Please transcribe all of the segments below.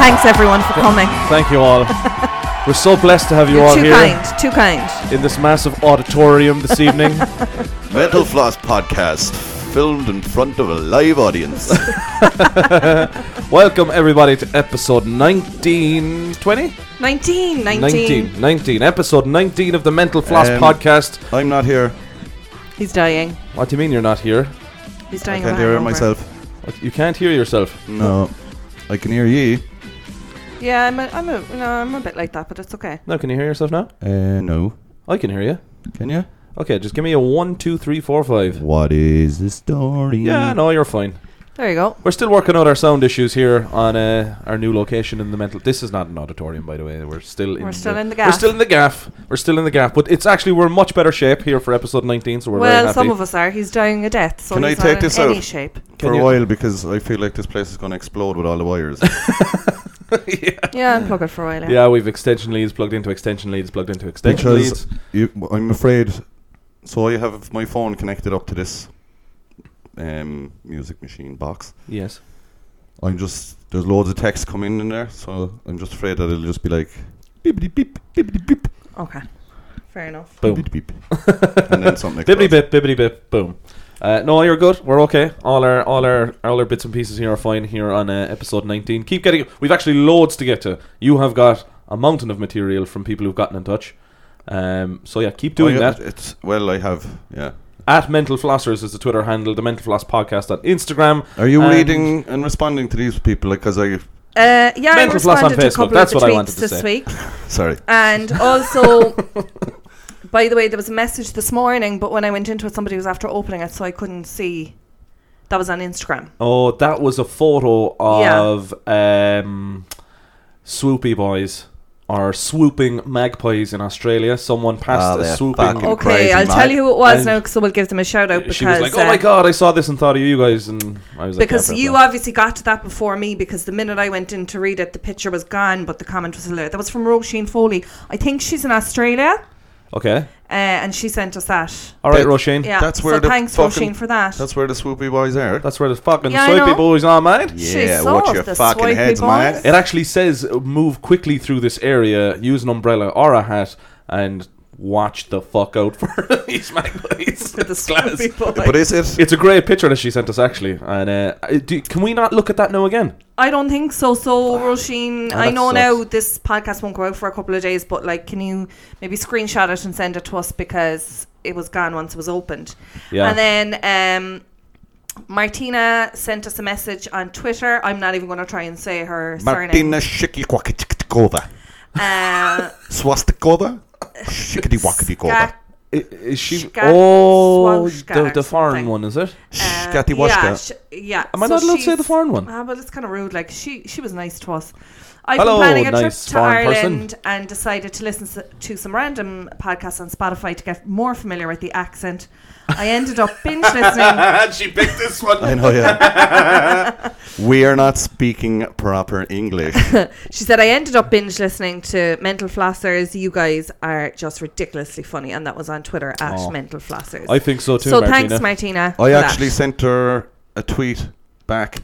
thanks everyone for coming. Thank you all. We're so blessed to have you You're all too here kind, too kind. in this massive auditorium this evening. Metal Floss podcast filmed in front of a live audience. Welcome everybody to episode 19, 20? 19, 19. 19, 19, episode 19 of the Mental Floss Um, podcast. I'm not here. He's dying. What do you mean you're not here? He's I dying. of can't a hear hangover. myself. What, You can't hear yourself. No. I can hear ye. Yeah, I'm a, I'm a, no, I'm a bit like that, but it's okay. No, can you hear yourself now? Uh, no. I can hear you. Can you? Okay, just give me a one, two, three, four, five. What is the story? Yeah, no, you're fine. There you go. We're still working out our sound issues here on uh, our new location in the mental. This is not an auditorium, by the way. We're still in. We're still in the We're gaff. still in the gaff. We're still in the gaff, but it's actually we're in much better shape here for episode 19. So we're very well, happy. some of us are. He's dying a death, so Can I he's take not this in any out? shape. For Can a you- while because I feel like this place is going to explode with all the wires. Yeah, unplug it for a while. yeah, we've extension leads plugged into extension leads plugged into extension because leads. you, I'm afraid. So I have my phone connected up to this um, music machine box. Yes. I'm just there's loads of text coming in there, so I'm just afraid that it'll just be like bibbity beep bibbity beep Okay. Fair enough. Boom. bibbity beep, and then something. Bibbity explodes. bip, bibbity bip, boom. Uh, no, you're good. We're okay. All our, all our, all our bits and pieces here are fine. Here on uh, episode 19, keep getting. We've actually loads to get to. You have got a mountain of material from people who've gotten in touch. Um, so yeah, keep doing Oh, yeah, that. It's well, I have. Yeah. at Mental Flossers is the Twitter handle, the Mental Floss Podcast on Instagram. Are you Um, and- reading and responding to these people? Because I Uh, yeah, I Mental floss on responded to a Facebook, couple that's of the what I wanted tweets to this say. week. sorry. And also, by the way, there was a message this morning, but when I went into it, somebody was after opening it, so I couldn't see. That was on Instagram. Oh, that was a photo Yeah. of um, swoopy boys or swooping magpies in Australia. Someone passed Ah, a they're swooping. fucking- Okay, crazy, I'll Mike. tell you who it was And now, so we'll give them a shout out because She was like, "Oh my uh, god, I saw this and thought of you guys," and I was like, because "Yeah, fair you play." obviously got to that before me because the minute I went in to read it, the picture was gone, but the comment was still there. That was from Roisin Foley. I think she's in Australia, okay." uh, and she sent us that. All right, That- Roisin. Yeah, That's where so the thanks, fucking- Roisin, for that. That's where the swoopy boys are. That's where the fucking Yeah, I swoopy know. boys are, mate. She yeah, saw watch your the fucking swipey heads, boys. man. It actually says uh, move quickly through this area, use an umbrella or a hat, and watch the fuck out for these magpies. For the It's class. swoopy boys. But is it? It's a great picture that she sent us actually, and uh, I- do, can we not look at that now again? I don't think so. So, Roisin, Oh, I that know sucks. now this podcast won't go out for a couple of days, but like, can you maybe screenshot it and send it to us because it was gone once it was opened. Yeah. And then um, Martina sent us a message on Twitter. I'm not even going to try and say her Martina Shikikwakatikova. surname. Uh, Swastikova? Shikitiwakatikova. Skak- I- Is she? Shka- oh, Swashka the, or the foreign something. one is it? uh, Skatiwashka. Yeah. sh- yeah. Am I not allowed to say the she's- foreign one? Ah, well, it's kind of rude. Like she, she was nice to us. I've Hello, been planning a nice trip to foreign person. Ireland and decided to listen s- to some random podcasts on Spotify to get more familiar with the accent. I ended up binge listening. she picked this one. I know, yeah. we are not speaking proper English. She said, I ended up binge listening to Mental Flossers. You guys are just ridiculously funny. And that was on Twitter at Aw. Mental Flossers. I think so too, so Martina. thanks, Martina. I for that. actually sent her a tweet back.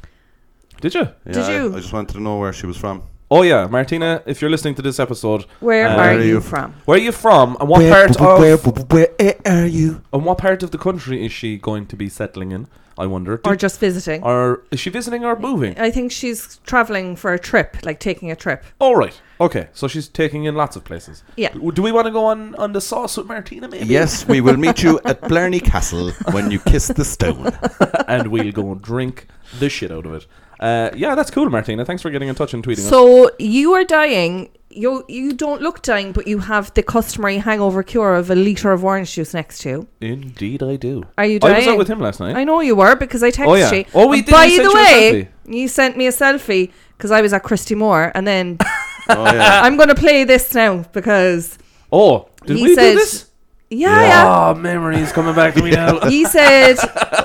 Did you? Yeah, Did I- you? I, just wanted to know where she was from. Oh yeah, Martina. If you're listening to this episode, Where Uh, are where are you you? from? where are you from, and what part of are you? and what part of the country is she going to be settling in? I wonder. Do- Or just visiting? Or is she visiting or moving? I think she's traveling for a trip, like taking a trip. All right. Okay. So she's taking in lots of places. Yeah. W- Do we want to go on on the sauce with Martina maybe? Yes, we will meet you at Blarney Castle when you kiss the stone. and we'll go and drink the shit out of it. Uh, yeah, that's cool, Martina. Thanks for getting in touch and tweeting us. So you are dying. You you don't look dying, but you have the customary hangover cure of a liter of orange juice next to you. Indeed, I do. Are you I was out dying? with him last night. I know you were because I texted Oh, yeah. you. Oh, we And did. By You sent the you a way, you sent me a selfie because I was at Christy Moore, and then Oh, yeah. I'm going to play this now because oh, did He we says- do this? yeah, yeah. Oh, memories coming back to me now. He said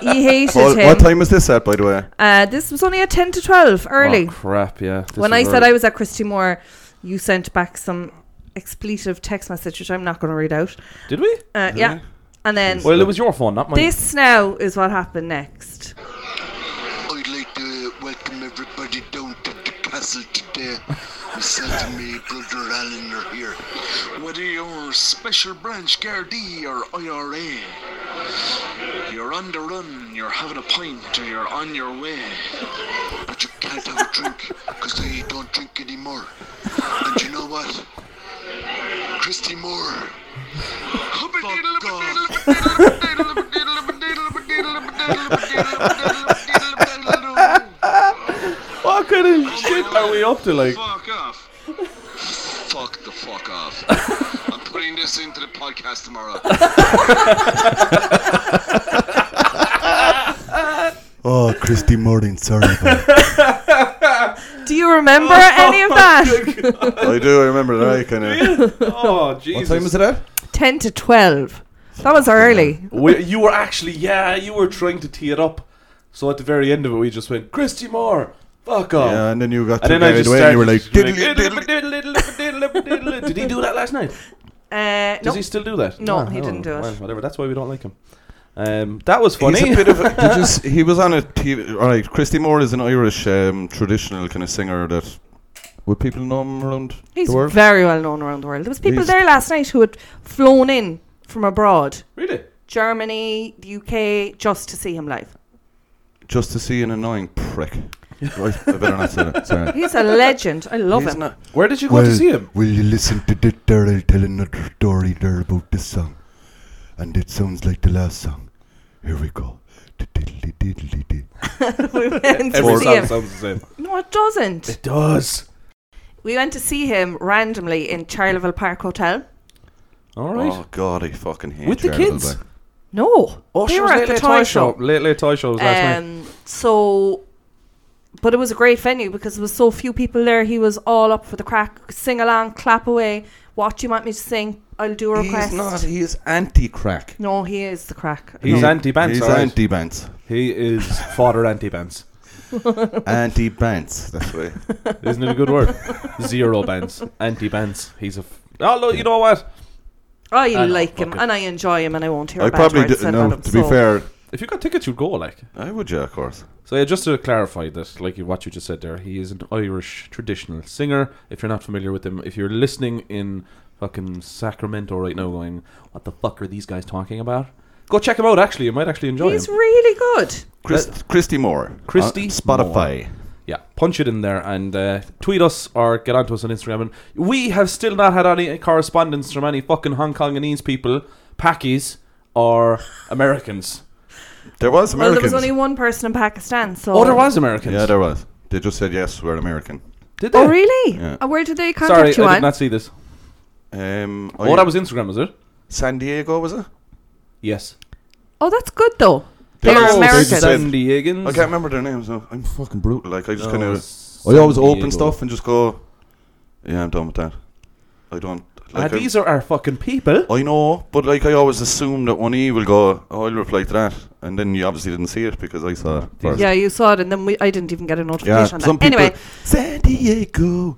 he hated Well, him. what time is this at, by the way? Uh, this was only at ten to twelve early. Oh, crap, yeah. This when I was said early. I was at Christy Moore, you sent back some expletive text message, which I'm not going to read out. Did we? Uh, yeah. And then Well, it was your phone, not mine. this now is what happened next. uh, I'd like to welcome everybody down to the castle to day, he said to me, Brother Alan, you're here. Whether you're Special Branch Gardee or IRA, you're on the run, you're having a pint, or you're on your way. But you can't have a drink, because I don't drink anymore. And you know what? Christy Moore. Fuck off. What kind of Oh, shit are we up to? Like, Fuck off. fuck the fuck off. I'm putting this into the podcast tomorrow. Oh, Christy Morning, sorry. about- Do you remember any of that? I do, I remember that. I kind of. oh Jesus! it at? 10 to 12. That was early. We, you were actually, yeah, you were trying to tee it up. So at the very end of it, we just went, Christy Moore, fuck off. Yeah, and then you got And too then I carried just away started and you were like, just diddly, diddly. diddly, diddly, diddly, diddly, diddly. Did he do that last night? Uh, Does no, he still do that? No, Ah, he I don't didn't do know. it. Well, whatever. That's why we don't like him. Um, that was funny. He's a bit of a, did you s- he was on a TV. All right, Christy Moore is an Irish um, traditional kind of singer that. Would people know him around he's the world? very well known around the world. There was people He's- there last night who had flown in from abroad, really? Germany, the UK, just to see him live. Just to see an annoying prick. right, I better not say that. Sorry. He's a legend. I love him. Where did you go to see him? Will you listen to the Daryl tell another story there about this song? And it sounds like the last song. Here we go. Diddly diddly did. we went Every to see song him. sounds the same. No, it doesn't. It does. We went to see him randomly in Charleville Park Hotel. All right. Oh god, I fucking hate With the Gerald kids? Black. No, Oh, they she were was at late, the late toy show. Late late toy show was last night. Um, so, but it was a great venue because there was so few people there. He was all up for the crack, sing along, clap away. What do you want me to sing? I'll do a request. He's not. He is anti-crack. No, he is the crack. He's No. anti-bants. He's all right. anti-bants. He is fodder anti-bans. anti-bants. That's why. Isn't it a good word? Zero bans, anti bans. He's a. F- oh, look, you know what? I I know, like him fuck it. and I enjoy him and I won't hear. I a bad probably word do, said no. about him, To be so- fair, If you got tickets, you'd go. Like, I would. Yeah, of course. so yeah. Just to clarify that, like what you just said there, he is an Irish traditional singer. If you're not familiar with him, if you're listening in fucking Sacramento right now, going, what the fuck are these guys talking about? Go check him out. Actually, you might actually enjoy He's him. really good. Chris, Christy Moore. Christy on Spotify. yeah, punch it in there and uh, tweet us or get onto us on Instagram. And we have still not had any correspondence from any fucking Hong Kongese people, Pakis, or Americans. There was Well, there Americans. was only one person in Pakistan. So Oh, there was Americans. yeah, there was. They just said yes. We're American. Did they? Oh, really? Yeah. Uh, where did they Sorry, I contact did you on? not see this. Um, I- Oh, that was Instagram, was it? San Diego, was it? Yes. Oh, Oh, that's good though. They They were were all American. said- San Diegans. I can't remember their names. though. I'm fucking brutal. Like I just kind of. Oh, I always San open Diego. stuff and just go. Yeah, I'm done with that. I don't. Ah, Like, I'm- these are our fucking people. I know, but like I always assume that one E will go, oh, I'll reply to that. And then you obviously didn't see it because I saw it first. Yeah, you saw it, and then we, I didn't even get a Yeah, notification some on that. people. Anyway, San Diego.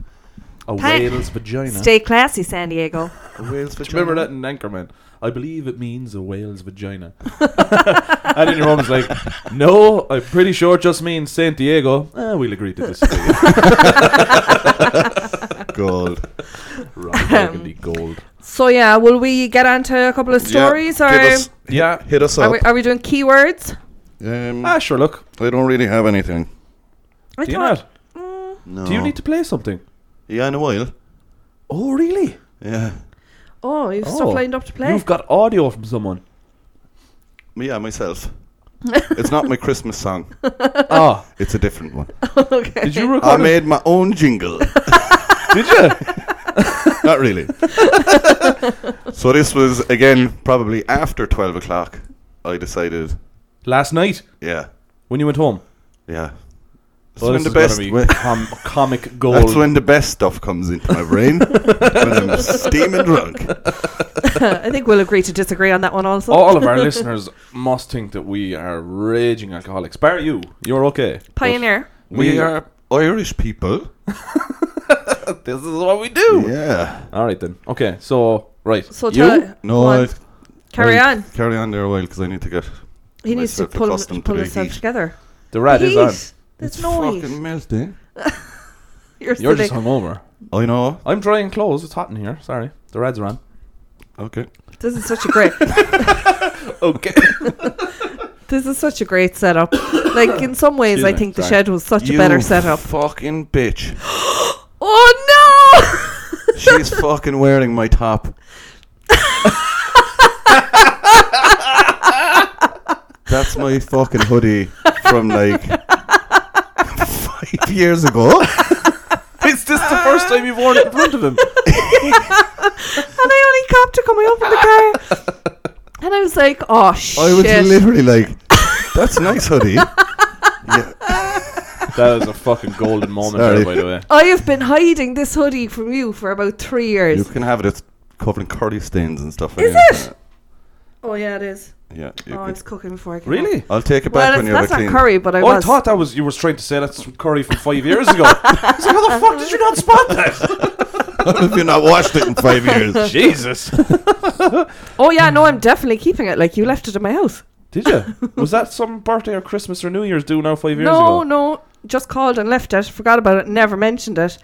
A Pa- whale's vagina. stay classy, San Diego. Wales Do you remember that in Anchorman? I believe it means a whale's vagina. and then your mom's like, no, I'm pretty sure it just means San Diego. Ah, we'll agree to this. Gold. Rock gold. So yeah, will we get on to a couple of stories yeah, or give us- Yeah. hit us are up. we, are we doing keywords? um, Ah, sure, look. I don't really have anything. I Do you not? No. Do you need to play something? Yeah, in a while. Oh, really? Yeah. Oh, you've Oh. stuff lined up to play. You've got audio from someone. Me, Yeah, myself. it's not my Christmas song. Ah, It's a different one. okay. did you I record? it? made my own jingle. Did you? not really. so this was again probably after twelve o'clock. I decided. Last night Yeah. when you went home. Yeah. That's Oh, when this the is gonna best. be when- com- comic gold. that's when the best stuff comes into my brain. when I'm steaming drunk. I think we'll agree to disagree on that one also. all of our listeners must think that we are raging alcoholics. Bar you, you're okay. Pioneer. We, We- are Irish people. This is what we do. Yeah. All right then. Okay, so right. So you tell No. go on. I- carry I'll on. Carry on there a while because I need to get. He needs to myself pull, accustomed to pull the himself heat. together. the rad is heat. on. There's no heat. melting. You're You're, silly. just hungover. I know. I'm drying clothes. It's hot in here. Sorry. The reds are on. Okay. This is such a great. Okay. this is such a great setup. Like in some ways, Excuse I me, think the sorry. shed was such You a better setup. Fucking bitch. Oh no! She's fucking wearing my top. That's my fucking hoodie from like five years ago. Is this the first time you've worn it in front of him? and I only copped it coming up in the car. And I was like, oh shit. I was literally like, "That's nice hoodie." yeah. That is a fucking golden moment Sorry. there, by the way. I have been hiding this hoodie from you for about three years. You can have it. It's covered in curry stains and stuff. Is anyway. it? Oh yeah, it is. Yeah. you oh, can- I was cooking before I came Really? I'll take it Up. Well, back when it's, you're that's the not clean. curry, but I oh, I was. thought that was you were trying to say that's curry from five years ago. I was like, how the fuck did you not spot that? Have you not washed it in five years? Jesus. oh yeah, no, I'm definitely keeping it. Like you left it in my house. Did you? Was that some birthday or Christmas or New Year's due now five years no, ago? no, just called and left it. Forgot about it. Never mentioned it.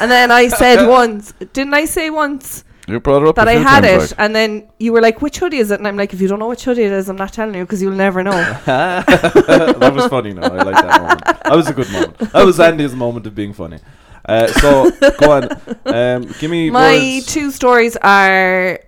And then I said once, didn't I say once You brought it up. that a I few had it? times, like. And then you were like, which hoodie is it? And I'm like, if you don't know which hoodie it is, I'm not telling you because you'll never know. that was funny. No, I like that moment. That was a good moment. That was Andy's moment of being funny. Uh, so go on. Um, give me My words. two stories are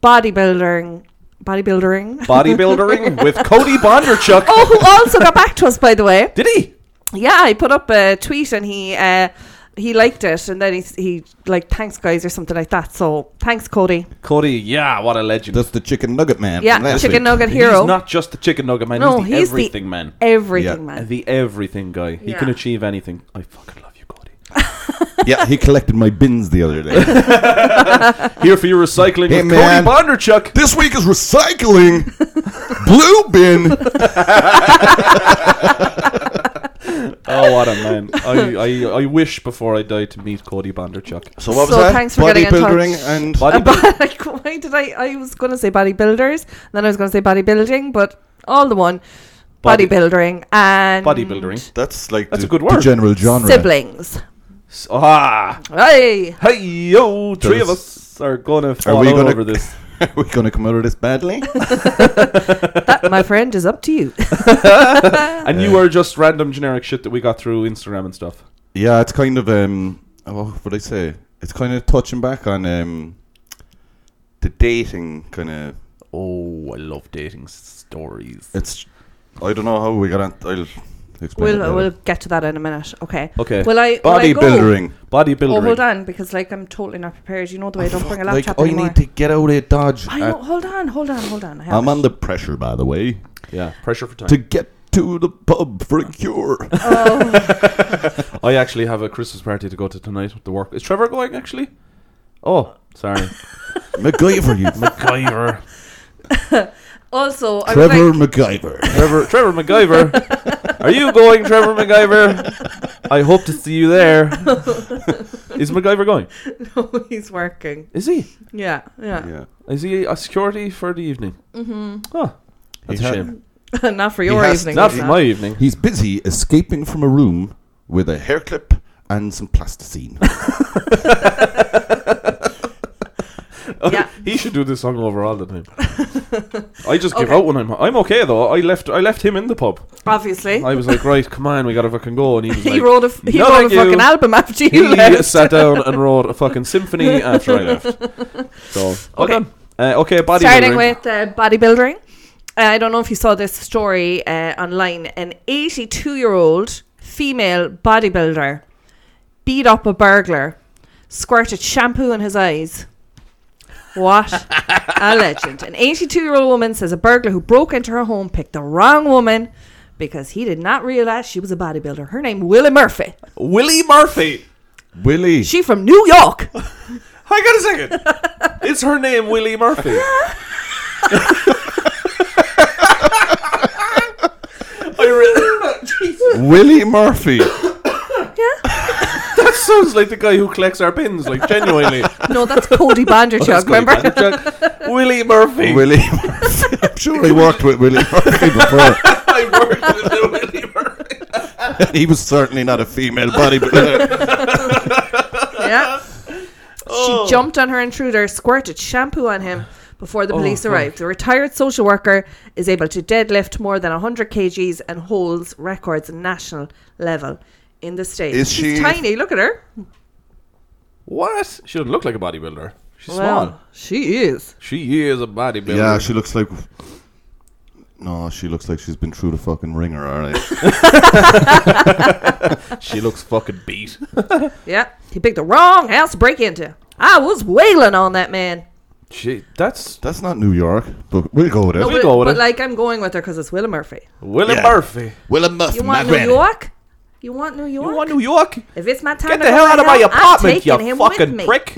bodybuilding, bodybuilding. bodybuildering with Cody Bonderchuk. oh, who also got back to us, by the way. Did he? Yeah, I put up a tweet and he uh, he liked it, and then he s- he like thanks guys or something like that. So thanks, Cody. Cody, yeah, what a legend. That's the chicken nugget man. Yeah, from last chicken week. nugget he's hero. not just the chicken nugget man. No, he's the he's the- everything man. everything, Yeah. man. The everything guy. He can Yeah. achieve anything. I fucking love you, Cody. yeah, he collected my bins the other day. Here for your recycling Hey, with man. Cody Bonderchuk. this week is recycling. Blue bin. Oh, what a man. I, I, I wish before I die to meet Cody Bonderchuk. So what was So that? thanks for getting in Bodybuilding touch. and Body- But like, why did I? I was going to say bodybuilders, and then I was going to say bodybuilding, but all the one Body- bodybuilding and bodybuilding. that's like That's the, a good the word. general genre. siblings. S- Ah, Hey, hey yo, three of Does- us are gonna fall we all gonna- over this. Are we going to come out of this badly? that my friend is up to you. And you are just random generic shit that we got through Instagram and stuff. yeah, it's kind of um. oh, What would I say? It's kind of touching back on um. The dating kind of. Oh, I love dating stories. It's. I don't know how we got on. I'll explain. it we'll uh, later. we'll get to that in a minute. Okay. Okay. Will I? will I go? Bodybuilding. Bodybuilding. Oh, hold on, because like I'm totally not prepared. You know the way I don't bring a Like laptop I anymore. need to get out of Dodge. Uh, I know. Hold on, hold on, hold on. I have I'm it. under pressure, by the way, Yeah, pressure for time. to get to the pub for a cure. I actually have a Christmas party to go to tonight with the work. Is Trevor going actually? Oh, sorry. MacGyver, you MacGyver. Also, I was Trevor like, MacGyver. Trevor Trevor MacGyver. Are you going, Trevor MacGyver? I hope to see you there. Is MacGyver going? no, he's working. Is he? Yeah, yeah. Yeah. Is he a security for the evening? Mm-hmm. Oh, that's He a had- shame. not for your has- evening. Not is for it? my evening. He's busy escaping from a room with a hair clip and some plasticine. Yeah. He should do this song over all the time. I just give out when I'm. I'm okay though. I left. I left him in the pub. Obviously. I was like, right, come on, we gotta fucking go. And he was he like, wrote a f- he "No, wrote thank a you." fucking album after He you left. sat down and wrote a fucking symphony after I left. So well Okay. done. Uh, okay, bodybuilding. Starting with uh, bodybuilding. Uh, I don't know if you saw this story uh, online. An 82 year old female bodybuilder beat up a burglar, squirted shampoo in his eyes. What a legend. An 82 year old woman says a burglar who broke into her home picked the wrong woman because he did not realize she was a bodybuilder. Her name, Willie Murphy. Willie Murphy. Willie. She from New York. Hang on a second. it's her name, Willie Murphy. I really, Jesus. Willie Murphy. That sounds like the guy who collects our pins, like genuinely. No, that's Oh, Cody Banderchuk, remember? Chuck, Willie Murphy. Willie Murphy. I'm sure I worked with Willie Murphy before. I worked with Willie Murphy. he was certainly not a female bodybuilder. yeah. Oh. She jumped on her intruder, squirted shampoo on him before the Oh, police arrived. The retired social worker is able to deadlift more than 100 kgs and holds records national level in the States. Is She's she- tiny. Look at her. What? She doesn't look like a bodybuilder. She's small. she is. She is a bodybuilder. yeah, she looks like. No, she looks like she's been through the fucking ringer, alright. she looks fucking beat. Yeah. He picked the wrong house to break into. I was wailing on that man. she, that's That's not New York, but we'll go with it. No, we but, go with but it. like I'm going with her because it's Willa Murphy. Willie Yeah. Murphy. Willa Muff, You want New York? You want New York? You want New York? if it's my time, Get to the go hell out of my I'm apartment, taking you him with fucking me. prick.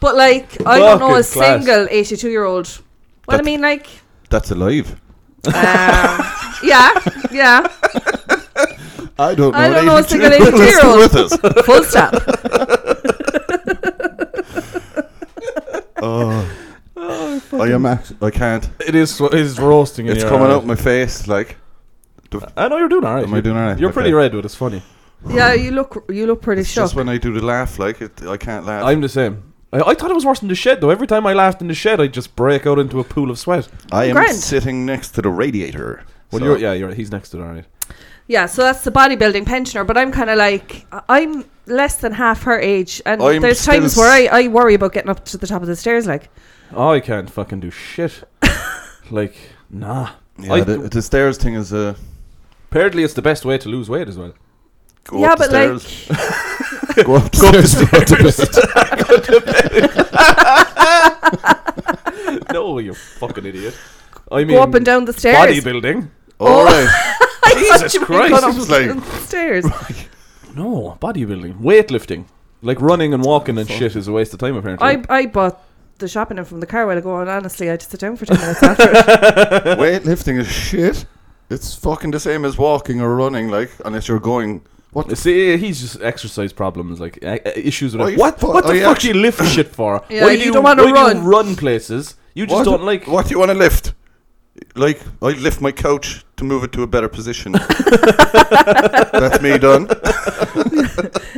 But like, I don't know a Fucking class. single eighty-two-year-old. Well, I That's- mean, like, That's alive. yeah, yeah, I don't know. I don't know a an single 82 82-year-old. with us. full stop. Oh. I am act- I can't. It is, it is roasting in It's your coming eyes. out my face like I know you're doing alright. Am I doing all right? You're pretty Okay. red with it's funny. Yeah, you look, you look pretty shocked. just when I do the laugh like it, I can't laugh. I'm the same. I, I thought it was worse than the shed though. Every time I laughed in the shed, I'd just break out into a pool of sweat. I am Grand. sitting next to the radiator. Well, So- you're yeah, you're he's next to it, alright. Yeah, so that's the bodybuilding pensioner. But I'm kind of like, I- I'm less than half her age, and I'm there's still times where I, I worry about getting up to the top of the stairs. Like, I can't fucking do shit. like nah. Yeah, I- the, the stairs thing is uh, a. Apparently, it's the best way to lose weight as well. Go yeah, up the but stairs. like, like. go up the stairs. no, you fucking idiot. I mean, go up and down the stairs. bodybuilding. All right. Jesus Christ! This is like- down the stairs. No, bodybuilding, weightlifting, like running and walking and shit is a waste of time. Apparently, I, I bought the shopping in from the car while ago, and honestly, I had to sit down for ten minutes after. it. Oh. Weightlifting is shit. It's fucking the same as walking or running, like, unless you're going. What the See, he's just exercise problems, like uh, uh, issues with Oh, it. you What? fu- what oh, the yeah. fuck do you lift shit for? Yeah, why you do don't wanna why do run. you run places? You just What- don't like. What do you want to lift? Like, I lift my couch to move it to a better position. That's me done.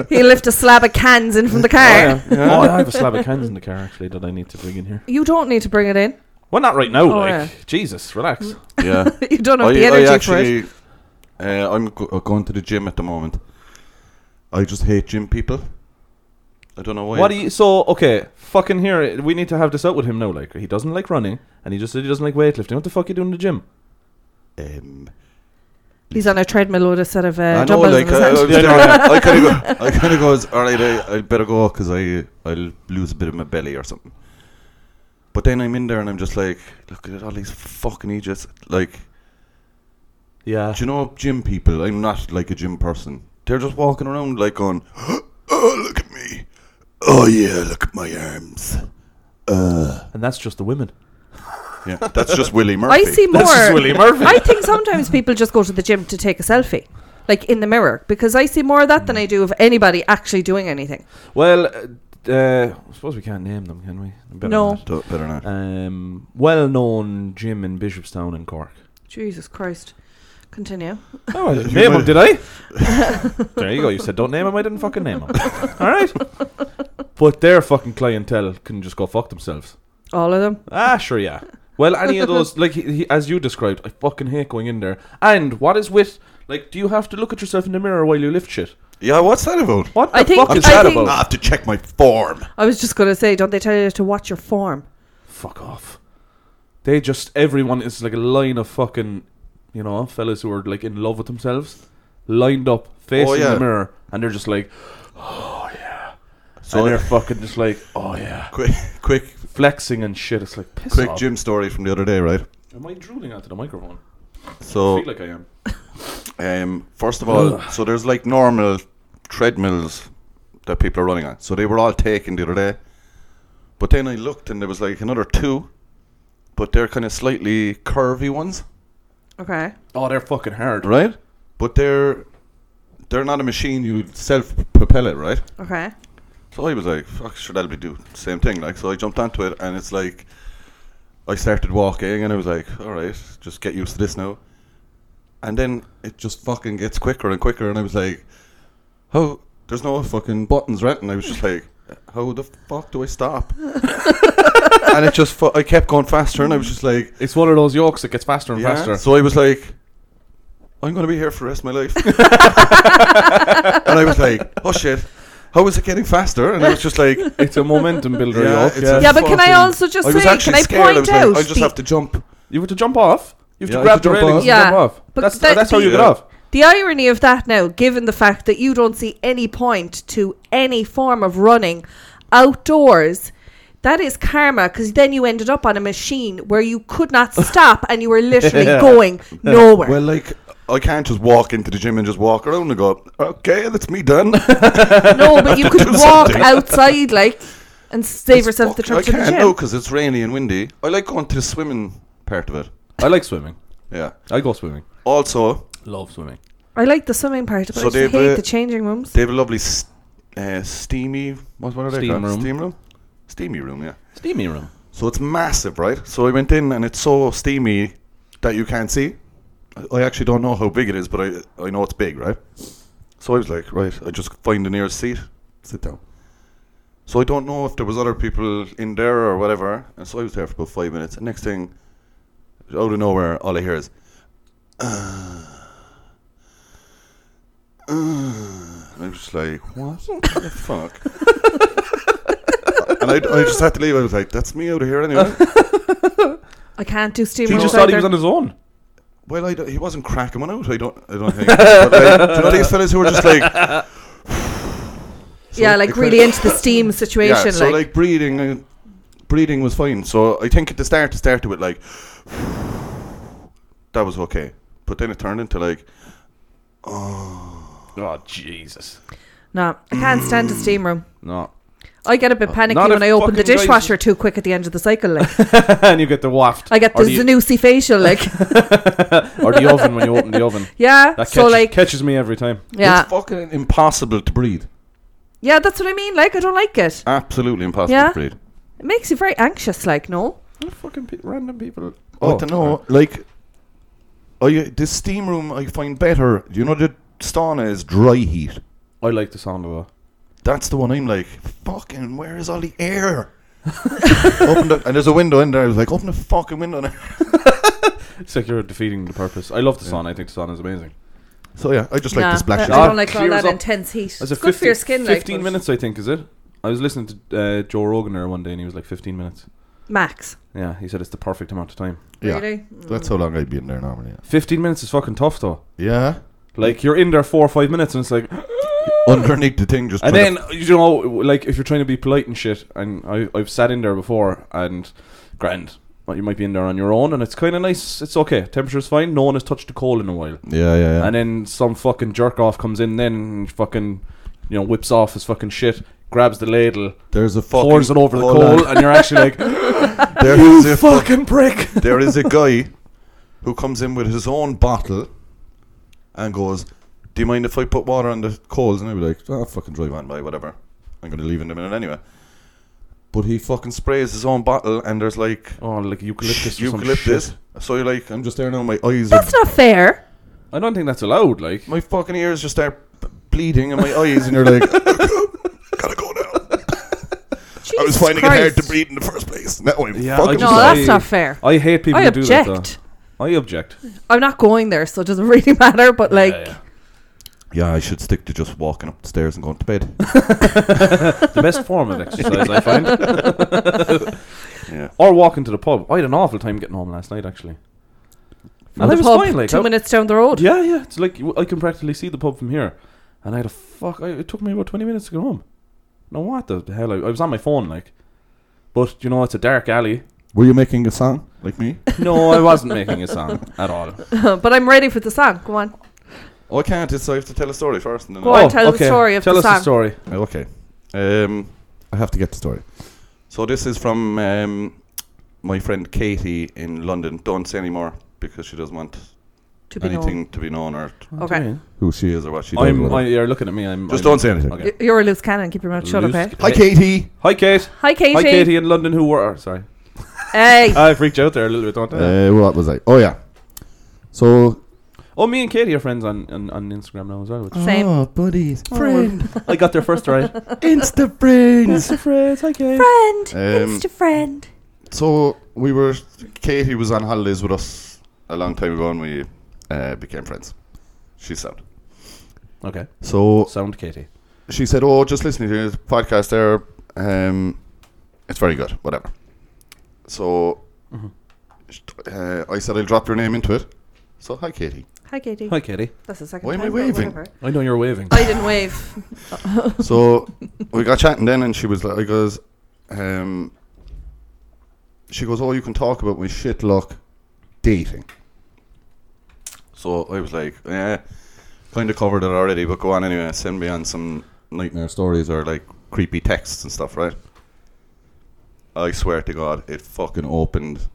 he lifted a slab of cans in from the car. Oh, yeah. Oh, I have a slab of cans in the car actually that I need to bring in here. You don't need to bring it in. Well, not right now. Oh, like yeah. Mm. Jesus, relax. Yeah. You don't have the energy for it. uh, I'm go- uh, going to the gym at the moment. I just hate gym people. I don't know why. What do you? So okay, fucking here. uh, We need to have this out with him now. Like he doesn't like running, and he just said he doesn't like weightlifting. What the fuck you doing in the gym? Um, He's on a treadmill with a set of I uh, know, dumbbells like, in his I, hand. Yeah, no, I kind of go, I kinda goes, all right, I, I better go because I, I'll lose a bit of my belly or something. But then I'm in there and I'm just like, look at all these fucking idiots. Like, Yeah. Do you know gym people? I'm not like a gym person. They're just walking around like going, "Oh look at me! Oh yeah, look at my arms!" Uh, And that's just the women. Yeah, that's just Willie Murphy. I see more. That's just Willie Murphy. I think sometimes people just go to the gym to take a selfie, like in the mirror, because I see more of that than I do of anybody actually doing anything. well, uh, uh, I suppose we can't name them, can we? Better No. not. Don't- better not. Um, well-known gym in Bishopstown in Cork. Jesus Christ. Continue. Oh, I didn't You name him, might- did I? there you go. You said don't name him. I didn't fucking name him. All right. But their fucking clientele can just go fuck themselves. All of them. Ah, sure, yeah. Well, any of those, like he, he, as you described, I fucking hate going in there. And what is with, like, do you have to look at yourself in the mirror while you lift shit? Yeah, what's that about? What the I think- fuck is I that think- about? I have to check my form. I was just going to say, don't they tell you to watch your form? fuck off. They just everyone is like a line of fucking, you know, fellas who are like in love with themselves, lined up facing yeah. the mirror, and they're just like, oh yeah, and they're fucking just like, oh yeah, Quick, quick, flexing and shit. It's like piss quick off. gym story from the other day, right? Am I drooling onto the microphone? I So, feel like I am. um, first of all, so there's like normal treadmills that people are running on. So they were all taken the other day, but then I looked and there was like another two, but they're kind of slightly curvy ones. Okay. Oh, they're fucking hard. right? But they're they're not a machine. You self propel it, right? Okay. So I was like, "Fuck, should I be do the same thing?" Like, so I jumped onto it, and it's like I started walking, and I was like, "All right, just get used to this now." and then it just fucking gets quicker and quicker. And I was like, "How? There's no fucking buttons, right?" And I was just like, "How the fuck do I stop?" and it just, fu- I kept going faster, and I was just like, It's one of those yokes that gets faster and "Yeah." faster. So I was like, "I'm gonna be here for the rest of my life." and I was like, "Oh shit, how is it getting faster?" And I was just like, it's a momentum builder Yeah, yoke. it's Yeah. a- Yeah, but can I fucking- also just "I say, was can actually I scared." I point was like, out? I just the- have to jump." You have to jump off. You have Yeah, to I grab have the to jump railings off. and jump Yeah. off. But that's that- that's how you get Yeah. off. The irony of that now, given the fact that you don't see any point to any form of running outdoors, that is karma because then you ended up on a machine where you could not stop and you were literally going nowhere. Well, like I can't just walk into the gym and just walk around and go, "Okay, that's me done." no, but you could do walk something. outside like and save yourself the Fuck, I trip to the can't now gym. because it's rainy and windy. I like going to the swimming part of it. I like swimming. Yeah. I go swimming. Also, Love swimming. I like the swimming part, but So I just they've, hate uh, the changing rooms. they have a lovely s uh, steamy. What, what are they Steam called? room. Steam room. Steamy room. Yeah. Steamy room. So it's massive, right? So I went in and it's so steamy that you can't see. I- I actually don't know how big it is, but I I know it's big, right? So I was like, right, I just find the nearest seat, sit down. So I don't know if there was other people in there or whatever. And so I was there for about five minutes. And next thing, out of nowhere, all I hear is, uh, uh, and I was just like, what the fuck? and I, I just had to leave. I was like, that's me out of here anyway. I can't do steam He rooms just thought he was either. on his own. Well, I don't- he wasn't cracking one out. I don't. I don't think. but like, do you know these fellas who were just like, yeah, like because- really into the steam yeah. situation. So like, like breathing, uh, breathing was fine. So I think at the start, to start with, like, that was okay. But then it turned into like, Oh Jesus. no, I can't stand the steam room. No. I get a bit panicky Not when a I open the fucking guy's- dishwasher too quick at the end of the cycle. Like and you get the waft. I get the or the, Zanussi facial. Like or the oven when you open the oven. yeah, That catches, so like catches me every time. yeah, it's fucking impossible to breathe. yeah. That's what I mean. Like I don't like it. Absolutely impossible Yeah. to breathe. It makes you very anxious. Like no, Fucking random people. Oh, I don't know. Like, I this steam room I find better. You know the sauna is dry heat. I like the sound of That's the one I'm like, fucking, where is all the air? open the, and there's a window in there. I was like, open the fucking window. Now. it. It's like you're defeating the purpose. I love the sound. I think the sound is amazing. So yeah, I just like nah, the splash. I, I Ah, don't like all clears that up. intense heat. That's It's good for your skin. like, 15 but- minutes, I think, is it? I was listening to uh, Joe Rogan there one day and he was like 15 minutes. max. Yeah, he said it's the perfect amount of time. Yeah. Really? That's how long I'd be in there normally. 15 minutes is fucking tough, though. Yeah, Like, you're in there four or five minutes and it's like. underneath the thing, just And trying then, you know, like, if you're trying to be polite and shit, and I, I've sat in there before and grand. Well, you might be in there on your own and it's kind of nice. It's okay. Temperature's fine. No one has touched the coal in a while. to, yeah, yeah, yeah. And then some fucking jerk off comes in, then and fucking, you know, whips off his fucking shit, grabs the ladle, there's a fucking pours it over the hold coal, on. and you're actually like, There is a you fuck. fucking prick. there is a guy who comes in with his own bottle and goes, "Do you mind if I put water on the coals?" And I'd be like, "Oh, fucking drive on by, whatever. I'm gonna leave in a minute anyway." But he fucking sprays his own bottle, and there's like Oh, like eucalyptus. or some eucalyptus. shit. So you're like, I'm just there now. My eyes, are, That's not fair. I don't think that's allowed. Like, my fucking ears just start b- bleeding, and my eyes, and you're like, gotta go now. Jesus I was finding Christ. it hard to breathe in the first place. Now I'm Yeah, I fucking. No, just- fine. that's I- not fair. I hate people I who do that. Though. object. I object. I'm not going there, so it doesn't really matter. But like, Yeah, yeah, I should stick to just walking up the stairs and going to bed. yeah. the best form of exercise I find, yeah, or walking to the pub. I had an awful time getting home last night, actually. from the I was pub, fine, like, two I- minutes down the road. Yeah, yeah. It's like you- I can practically see the pub from here, and I had a fuck. I, it took me about twenty minutes to get home. No, what the hell? I, I was on my phone, like. But you know, it's a dark alley. were you making a song like me? No, I wasn't making a song at all. but I'm ready for the song. Go on. Oh, I can't. It's, I have to tell a story first. And then Go I- on, tell the story of Oh, tell the us song. the story. Oh, okay. Um, I have to get the story. So this is from um, my friend Katie in London. Don't say any more because she doesn't want To be anything known. to be known or Okay. who she is or what she does. I'm. or I, whatever. you're looking at me. I'm. Just I'm- don't say anything. Okay. Y- You're a loose cannon. Keep your mouth shut. eh? Loose- Okay. Hi, Katie. Hi, Kate. Hi, Katie. Hi, Katie in London. Who were? Sorry, Hey. I freaked you out there a little bit, don't I? Uh, what was I? Oh yeah. So Oh, me and Katie are friends on, on, on Instagram now as well. Uh, Which Same. Ah, Oh, buddies. Friend. I got there first, right? Insta friends. Insta friends, hi Katie. Friend. Um, Insta friend. So we were. Katie was on holidays with us a long time ago, and we uh, became friends. She's sound. Okay, So sound Katie. she said, "Oh, just listening to your podcast there, um, it's very good. Whatever." So sh- uh, I said, "I'll drop your name into it." So hi, Katie. Hi, Katie. Hi Katie. That's the second Why am time, I but waving? whatever. I know you're waving. I didn't wave. So we got chatting then, and she was like, "I goes, um, she goes, oh, you can talk about my shit luck dating." So I was like, "Yeah, kind of covered it already, but go on anyway. Send me on some nightmare stories or like creepy texts and stuff, right?" I swear to God, it fucking opened.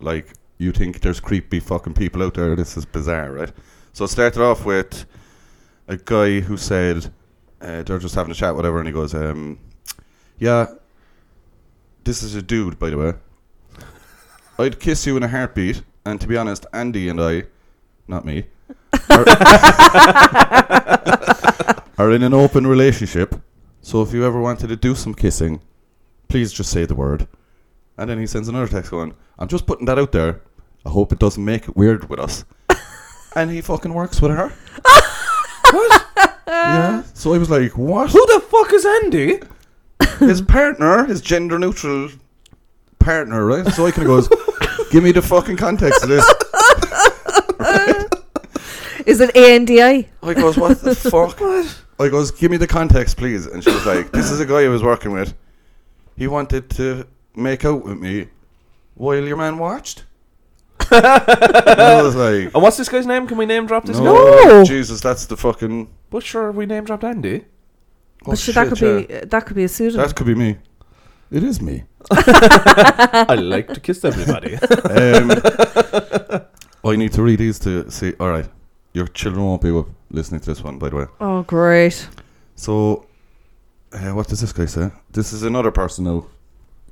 Like you think there's creepy fucking people out there? This is bizarre, right? So it started off with a guy who said uh, they're just having a chat, whatever, and he goes, um, "Yeah, this is a dude, by the way. I'd kiss you in a heartbeat." And to be honest, Andy and I, not me, are, are in an open relationship. So if you ever wanted to do some kissing, please just say the word. And then he sends another text going, "I'm just putting that out there. I hope it doesn't make it weird with us." and he fucking works with her. Yeah. So I was like, what? Who the fuck is Andy? his partner, his gender neutral partner, right? So I can goes, give me the fucking context of this. Is it ANDI? I goes, what the fuck? I goes, give me the context, please. And she was like, this is a guy I was working with. He wanted to make out with me while your man watched. and I was like, And Oh, what's this guy's name? Can we name drop this no, guy? No. Jesus, that's the fucking. But sure, we name dropped Andy. Oh, but shit, that shit, could yeah. be uh, that could be a pseudonym. That could be me. It is me. I like to kiss everybody. Um, I need to read these to see. All right, your children won't be w- listening to this one, by the way. oh, great. So, uh, what does this guy say? This is another person now.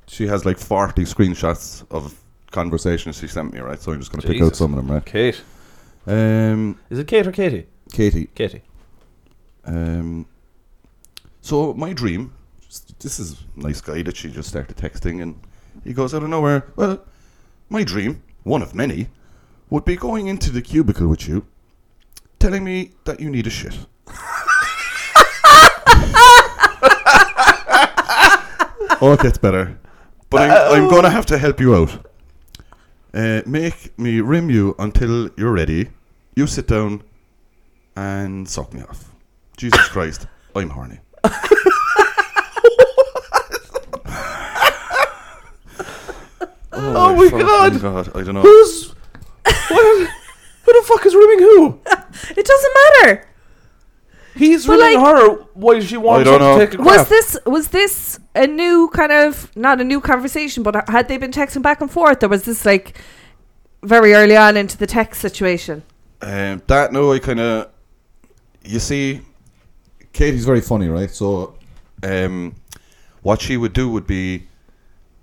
She has like forty screenshots of conversations she sent me. Right, so I'm just going to pick out Jesus. some of them. Right, Kate. um, Is it Kate or Katie? Katie. Katie. Um, so my dream. This is a nice guy that she just started texting, and he goes out of nowhere. Well, my dream, one of many, would be going into the cubicle with you, telling me that you need a shit. oh, it gets better. But I'm, I'm going to have to help you out. Uh, make me rim you until you're ready. You sit down and suck me off. Jesus Christ, I'm horny. Oh, my god! God, I don't know. Who's. What, who the fuck is rimming who? It doesn't matter. He's But, rimming like- her while she wants I him don't to know. take a crap. Was this was this a new kind of not a new conversation, but had they been texting back and forth, or was this like very early on into the text situation? Um, that no, I kind of. You see, Katie's very funny, right? So, um, what she would do would be,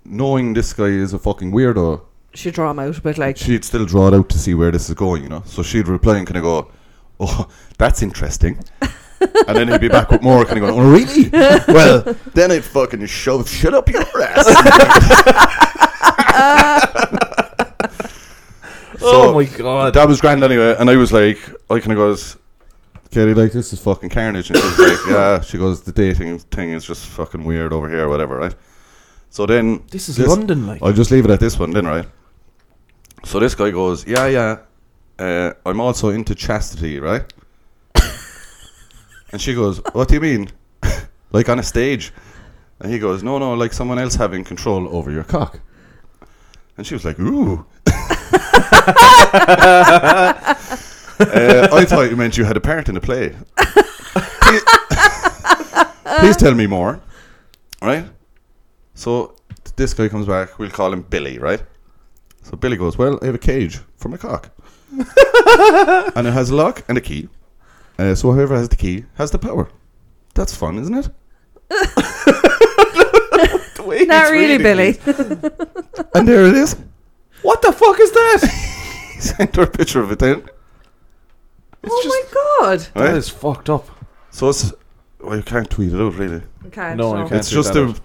knowing this guy is a fucking weirdo, She draw him out, but like she'd still draw it out to see where this is going, you know. So she'd reply and kind of go, "Oh, that's interesting," and then he'd be back with more, kind of going, "Oh, really? well, then I'd fucking shove shit up your ass." oh So- my god. that was grand anyway, and I was like, I kind of goes, Katie, like this is fucking carnage, and she's like, yeah. She goes, the dating thing is just fucking weird over here, whatever, right? So then This is London, like. I'll just leave it at this one, then, right? So this guy goes, yeah, yeah. Uh, I'm also into chastity, right? and she goes, what do you mean? like on a stage? And he goes, no, no, like someone else having control over your cock. And she was like, ooh. uh, I thought you meant you had a part in the play. please, please tell me more. Right? So th- this guy comes back, we'll call him Billy, right? So Billy goes, Well, I have a cage for my cock. and it has a lock and a key. Uh, so whoever has the key has the power. That's fun, isn't it? not really, Billy. And there it is. What the fuck is that? He sent her a picture of it then. oh my god. Right? That is fucked up. So it's well, you can't tweet it out really. Okay. No, you can't. it's tweet just that a out.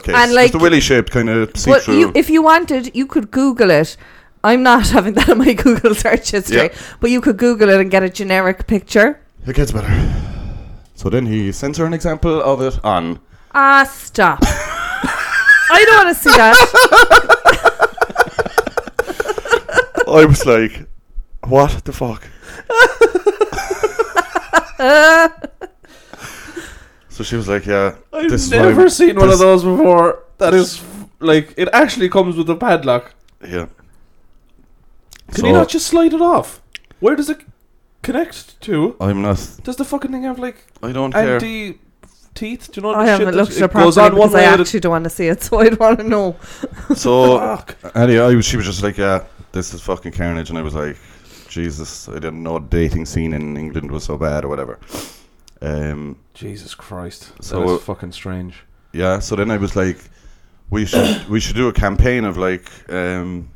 okay, And it's like- just a willy shaped kind of see Well, through. you, if you wanted, you could Google it. I'm not having that in my Google search history, Yeah. but you could Google it and get a generic picture. it gets better. So then he sends her an example of it on. Ah, stop. I don't want to see that. I was like, what the fuck? so she was like, yeah, I've this is never why, seen one of this- those before. That is f- like it actually comes with a padlock. Yeah. Can so you not just slide it off? Where does it connect to? I'm not. Does the fucking thing have like I don't care. anti teeth? Do you know? I the Oh, shit haven't that looked it at it goes properly on one because I way at a Oh. actually don't want to see it, so I'd want to know. So Fuck. anyway, I was, she was just like, yeah, this is fucking carnage, and I was like, Jesus, I didn't know the dating scene in England was so bad or whatever. Um, Jesus Christ. So, that uh, is fucking strange. yeah. So then I was like, we should we should do a campaign of like, um,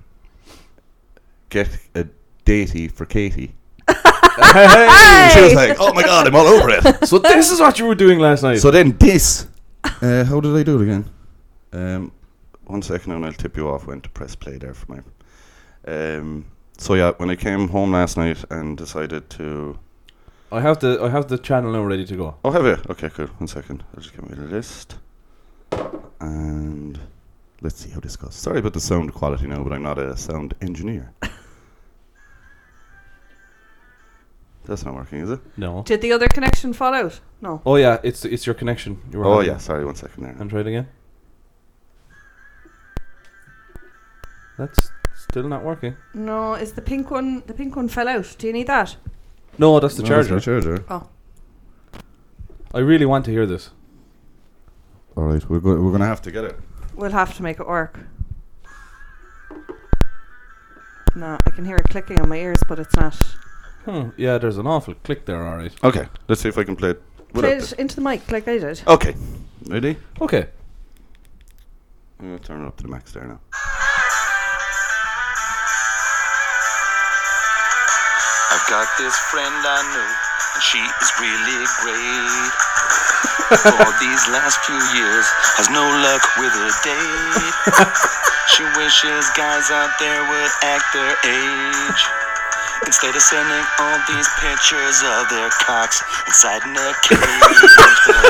get a datey for Katie. And she was like, oh my god, I'm all over it. so this is what you were doing last night. so then this, uh, how did I do it again? Um, one second, and I'll tip you off when to press play there for my. Um, so yeah, when I came home last night and decided to. I have the I have the channel now ready to go. Oh, have you? Okay, cool. One second. I'll just give me the list. And let's see how this goes. Sorry about the sound quality now, but I'm not a sound engineer. That's not working, is it? No. Did the other connection fall out? No. Oh yeah, it's it's your connection. You were Oh, having. yeah. Sorry, one second there. And try it again. That's still not working. No, is the pink one? The pink one fell out. Do you need that? No, that's the No, that's charger. my charger. Oh. I really want to hear this. All right, we're go- we're gonna have to get it. We'll have to make it work. No, I can hear it clicking on my ears, but it's not. Hmm. Yeah, there's an awful click there. All right. Okay, let's see if I can play it. Play without it into the mic like I did. this. Okay, ready? Okay. I'm gonna turn it up to the max there now. I've got this friend I know, and she is really great. For these last few years, has no luck with her date. She wishes guys out there would act their age. Instead of sending all these pictures of their cocks inside in a cage.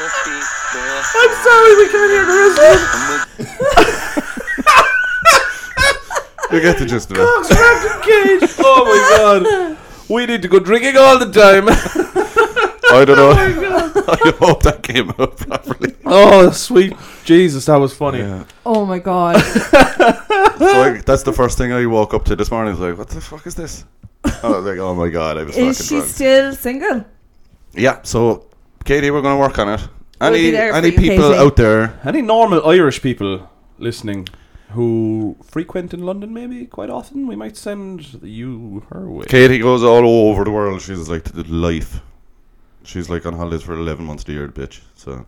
I'm sorry, we can't hear the rest of You get the gist of it. Cage. Oh my god. We need to go drinking all the time. Oh, I don't know. I hope that came out properly. oh sweet Jesus, that was funny. Oh my god. so I, that's the first thing I woke up to this morning. I was like, what the fuck is this? I was like, oh my god, I was Is fucking she drunk. still single? yeah, so Katie, we're gonna work on it. We'll be Any there for any you, people Katie. out there? Any normal Irish people listening who frequent in London maybe quite often, we might send you her way. Katie goes all over the world. She's like to the life. She's like on holidays for eleven months a year, the bitch. So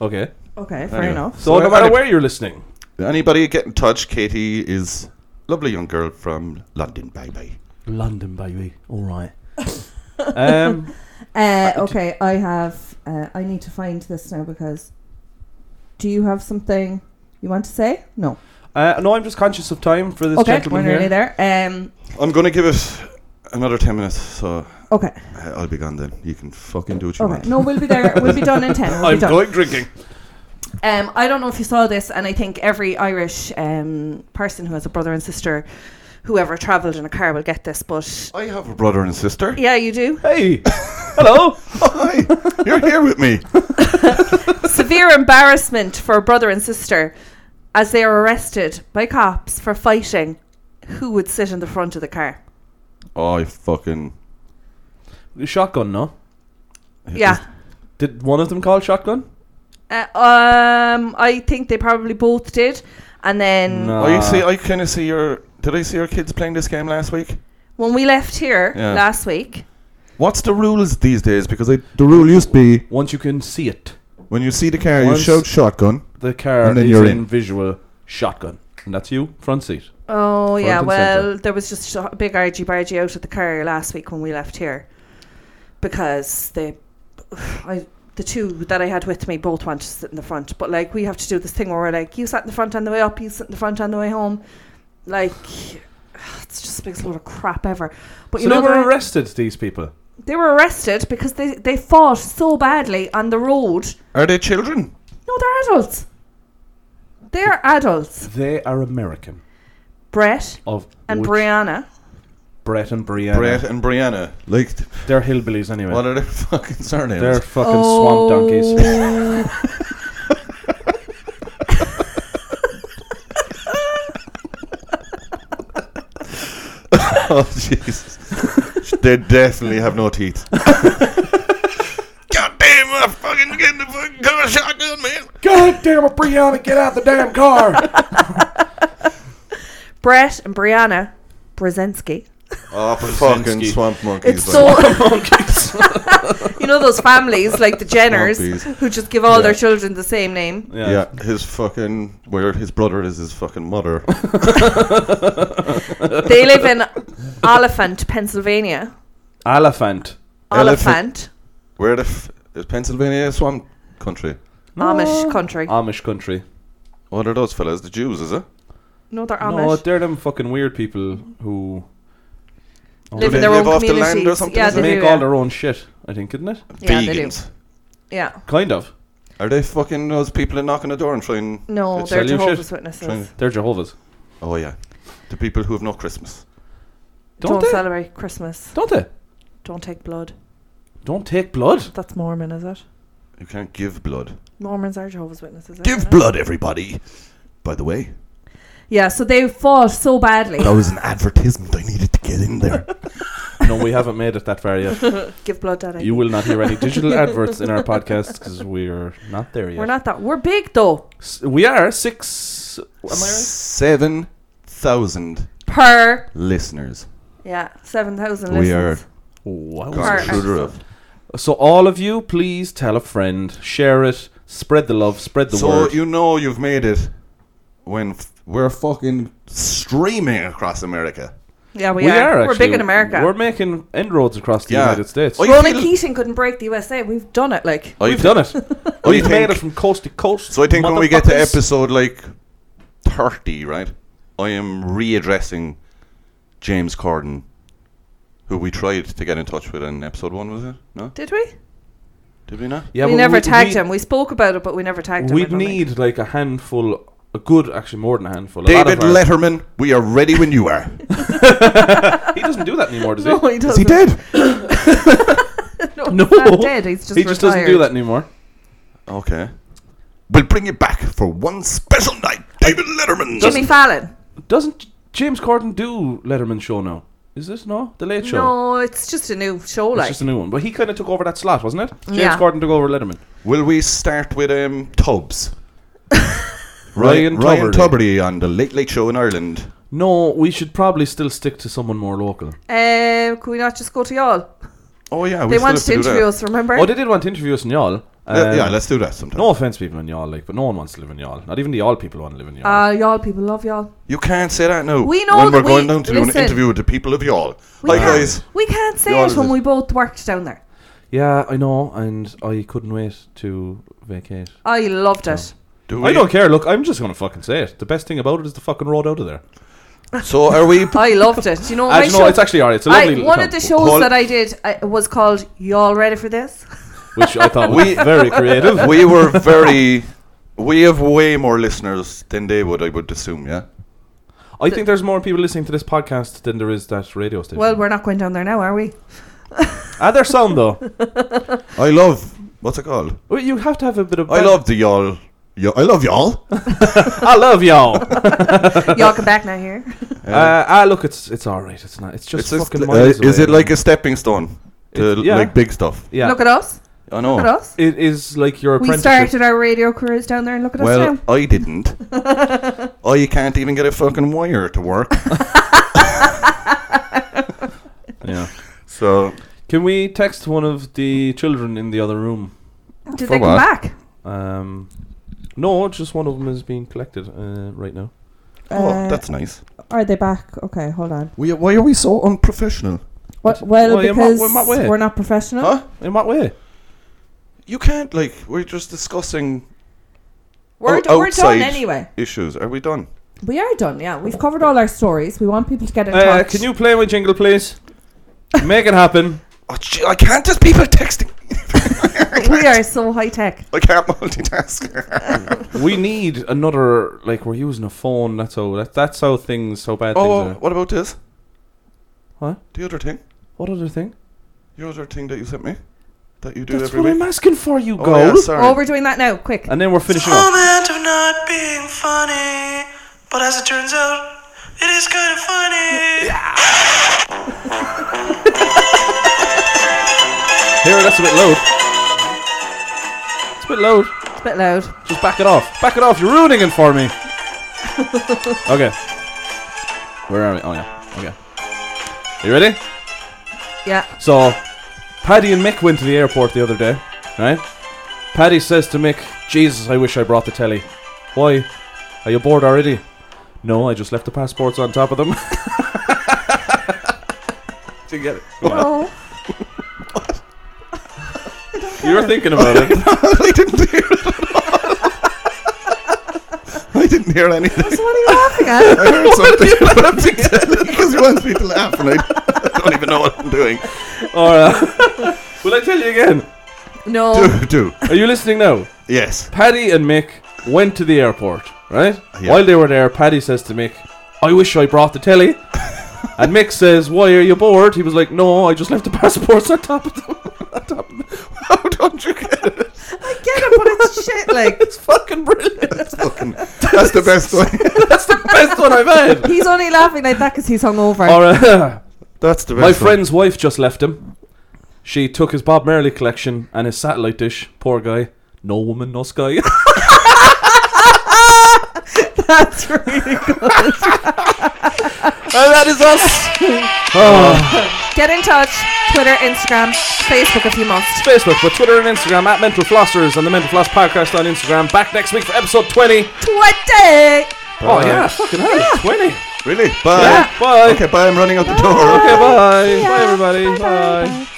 Okay. Okay, fair Anyway. enough. So, So no matter any- where you're listening, Anybody get in touch? Katie is lovely young girl from London. Bye bye. London baby. All right. um. Uh, okay, I have. Uh, I need to find this now because. Do you have something you want to say? No. Uh, no, I'm just conscious of time for this Okay, we're gentleman nearly here. there. Um, I'm gonna give it another ten minutes, so okay, uh, I'll be gone then. You can fucking do what you want. okay. No, we'll be there. We'll be done in 10. We'll be I'm done. going drinking. Um, I don't know if you saw this, and I think every Irish um, person who has a brother and sister who ever travelled in a car will get this, but. I have a brother and a sister. Yeah, you do. Hey, hello. Hi, you're here with me. Severe embarrassment for a brother and sister as they are arrested by cops for fighting who would sit in the front of the car. Oh, I fucking Shotgun, no? Yeah. Did one of them call shotgun? Uh, um, I think they probably both did, and then No. Oh, Uh, you see, I kind of see your. Did I see your kids playing this game last week? when we left here Yeah. last week, What's the rules these days? Because I, the rule used to be Once you can see it, when you see the car, Once- you shout shotgun. the car And then is you're in in. visual shotgun. and that's you, front seat. Oh yeah, and well centre. there was just a big argy bargy out of the car last week when we left here because they, I the two that I had with me both want to sit in the front, but like we have to do this thing where we're like, you sat in the front on the way up, you sit in the front on the way home, like it's just the biggest load of crap ever. But you so know they were they're- arrested, these people. they were arrested because they they fought so badly on the road. Are they children? No, they're adults. They're adults. They are American. Brett Of and which- Brianna. Brett and Brianna. Brett and Brianna. Like, th- They're hillbillies anyway. what are their fucking surnames? They're fucking Oh. swamp donkeys. oh, Jesus. they definitely have no teeth. God damn, I'm fucking getting the fucking car shotgun, man. God damn it, Brianna, get out the damn car! Brett and Brianna Brzezinski. Oh, fucking swamp monkeys. It's like. so. you know those families like the Jenners Monkeys. who just give all their Yeah. children the same name. Yeah. Yeah, his fucking where his brother is his fucking mother. They live in Oliphant, Pennsylvania. Elephant. Oliphant, Elephant. Where the f- is Pennsylvania a swamp country? Amish country. Amish country. What are those fellas? The Jews, is it? no, they're No, Amish. they're them fucking weird people who live do in they their own live off the land or communities. something? yeah, Does they it make do, all yeah. their own shit, I think, isn't it? Yeah, they do. Vegans. yeah. Kind of. Are they fucking those people that knock on the door and trying? No, It's they're Sell you shit. Jehovah's trying Witnesses. They're Jehovah's. oh yeah, the people who have no Christmas. Don't, Don't, they? celebrate Christmas. Don't they? Don't take blood. Don't take blood. That's Mormon, is it? You can't give blood. Mormons are Jehovah's Witnesses. Give isn't it? blood, everybody. By the way, Yeah, so they fought so badly. That was an advertisement. I needed to get in there. No, we haven't made it that far yet. Give blood, Daddy. You will not hear any digital adverts in our podcast because we're not there yet. We're not that. We're big though. S- we are six. Am I right? seven thousand Per listeners. yeah, seven thousand. We are Wow. gone Alright. through the roof. So all of you, please tell a friend, share it, spread the love, spread the so word. you know you've made it when f- we're fucking streaming across America. Yeah, we, are. we're actually. big in America. We're making inroads across the Yeah. United States. Oh, you Ronan feel- Keating couldn't break the USA. We've done it. Like I We've thi- Oh, done it. I We've made think- it from coast to coast. So I think when we get to motherfuckers. episode like thirty, right, I am readdressing James Corden, who we tried to get in touch with in episode one, was it? No, did we? did we not? yeah, we but never we- tagged we- him. We spoke about it, but we never tagged him. I We'd don't think. need like a handful, a good, actually more than a handful. A lot David of our- Letterman, we are ready when you are. He doesn't do that anymore, does No, he? he doesn't. Is he dead? No, No. he's not dead. He's just he just doesn't do retired. that anymore. okay, we'll bring you back for one special night, David Letterman. Jimmy Fallon. Doesn't J- James Corden do Letterman's show now? Is this no the Late Show? No, it's just a new show. it's Like just a new one. But he kind of took over that slot, wasn't it? James Yeah. Corden took over Letterman. Will we start with um Tubbs? Ryan Ryan Tuberty. Tuberty on the Late Late Show in Ireland. No, we should probably still stick to someone more local. um, could we not just go to y'all? Oh yeah, we They still wanted to have do that. interview us. Remember? Oh, they did want to interview us in Yall. Yeah, Um, Uh, yeah, let's do that sometime. No offense, people in Yall, like, but no one wants to live in Yall. Not even the Yall people want to live in Yall. uh, y'all people love y'all. You can't say that now. We know when we're that going we- down to do listen. an interview with the people of y'all. We Hi can't- guys, We can't say Y'all it is when it. we both worked down there. yeah, I know, and I couldn't wait to vacate. I loved it. do I we? don't care. Look, I'm just gonna fucking say it. The best thing about it is the fucking road out of there. So are we? I loved it. You know, I my don't know. show- It's actually alright. It's a I- lovely. little one town, of the shows Hold- that I did I, was called "Y'all Ready for This." which I thought was We- very creative. we were very. We have way more listeners than they would. I would assume. Yeah. I think there's more people listening to this podcast than there is that radio station. Well, we're not going down there now, are we? ah, their sound though. I love. What's it called? Well, you have to have a bit of. I love the y'all. Yo, I love y'all. I love y'all. Y'all come back now here. Uh, ah, look, it's it's all right. It's not. It's just It's just, fucking. uh, miles is away. it like a stepping stone to It's- yeah. like big stuff? Yeah. Look at us. I know. Look at us. it is like your We apprenticeship. started our radio careers down there, and look at us Well, now. I didn't. oh, you can't even get a fucking wire to work. Yeah. So Can we text one of the children in the other room? Did for they come what? back? Um, no, just one of them is being collected uh, right now. oh, that's nice. Are they back? Okay, hold on. We, why are we so unprofessional? What, well, Well, in what- because in what way? we're not professional. Huh? In what way? You can't like we're just discussing We're, Oh, d- we're outside. done anyway. issues. Are we done? We are done. Yeah, we've covered all our stories. We want people to get in Uh, touch. can you play my jingle, please? Make it happen. Oh, gee, I can't. There's people texting. we are so high tech. I can't multitask. We need another. Like we're using a phone. That's all. That, that's how things. How bad oh, things are. what about this? What? The other thing? What other thing? Your other thing that you sent me? That you do That's every what I'm week? asking for. You Oh, yeah, go. sorry. Oh, we're doing that now. Quick. and then we're finishing up. moment of not being funny, but as it turns out, it is kind of funny. Here, that's a bit loud. It's a bit loud. It's a bit loud. Just back it off. Back it off. You're ruining it for me. okay. Where are we? Oh yeah. Okay. You ready? Yeah. So, Paddy and Mick went to the airport the other day, right? Paddy says to Mick, Jesus, I wish I brought the telly. Why? Are you bored already? No, I just left the passports on top of them. Did you get it? Come on. Oh. You were thinking about it. I didn't hear it at all. I didn't hear anything. So what are you laughing at? I heard something about the telly because he wants me to laugh and I don't even know what I'm doing. All right. Will I tell you again? No. Do, do. Are you listening now? Yes. Paddy and Mick went to the airport, right? Yeah. While they were there, Paddy says to Mick, I wish I brought the telly. and Mick says, Why are you bored? He was like, No, I just left the passports on top of them. on top of them. How don't you get it? I get it, but it's shit. Like It's fucking brilliant. That's fucking. That's the best way. That's the best one I've had. he's only laughing like that because he's hungover. Or, uh, That's the best. my one. friend's wife just left him. She took his Bob Marley collection and his satellite dish. Poor guy. No woman, no sky. That's really good. and that is us. get in touch. Twitter, Instagram, Facebook if you must. Facebook, but Twitter and Instagram at Mental Flossers and the Mental Floss Podcast on Instagram. Back next week for episode 20. Twenty. Oh, yeah, fucking hell. 20. Really? Bye. Bye. Okay, bye. I'm running out the door. Okay, bye. Bye, everybody. bye.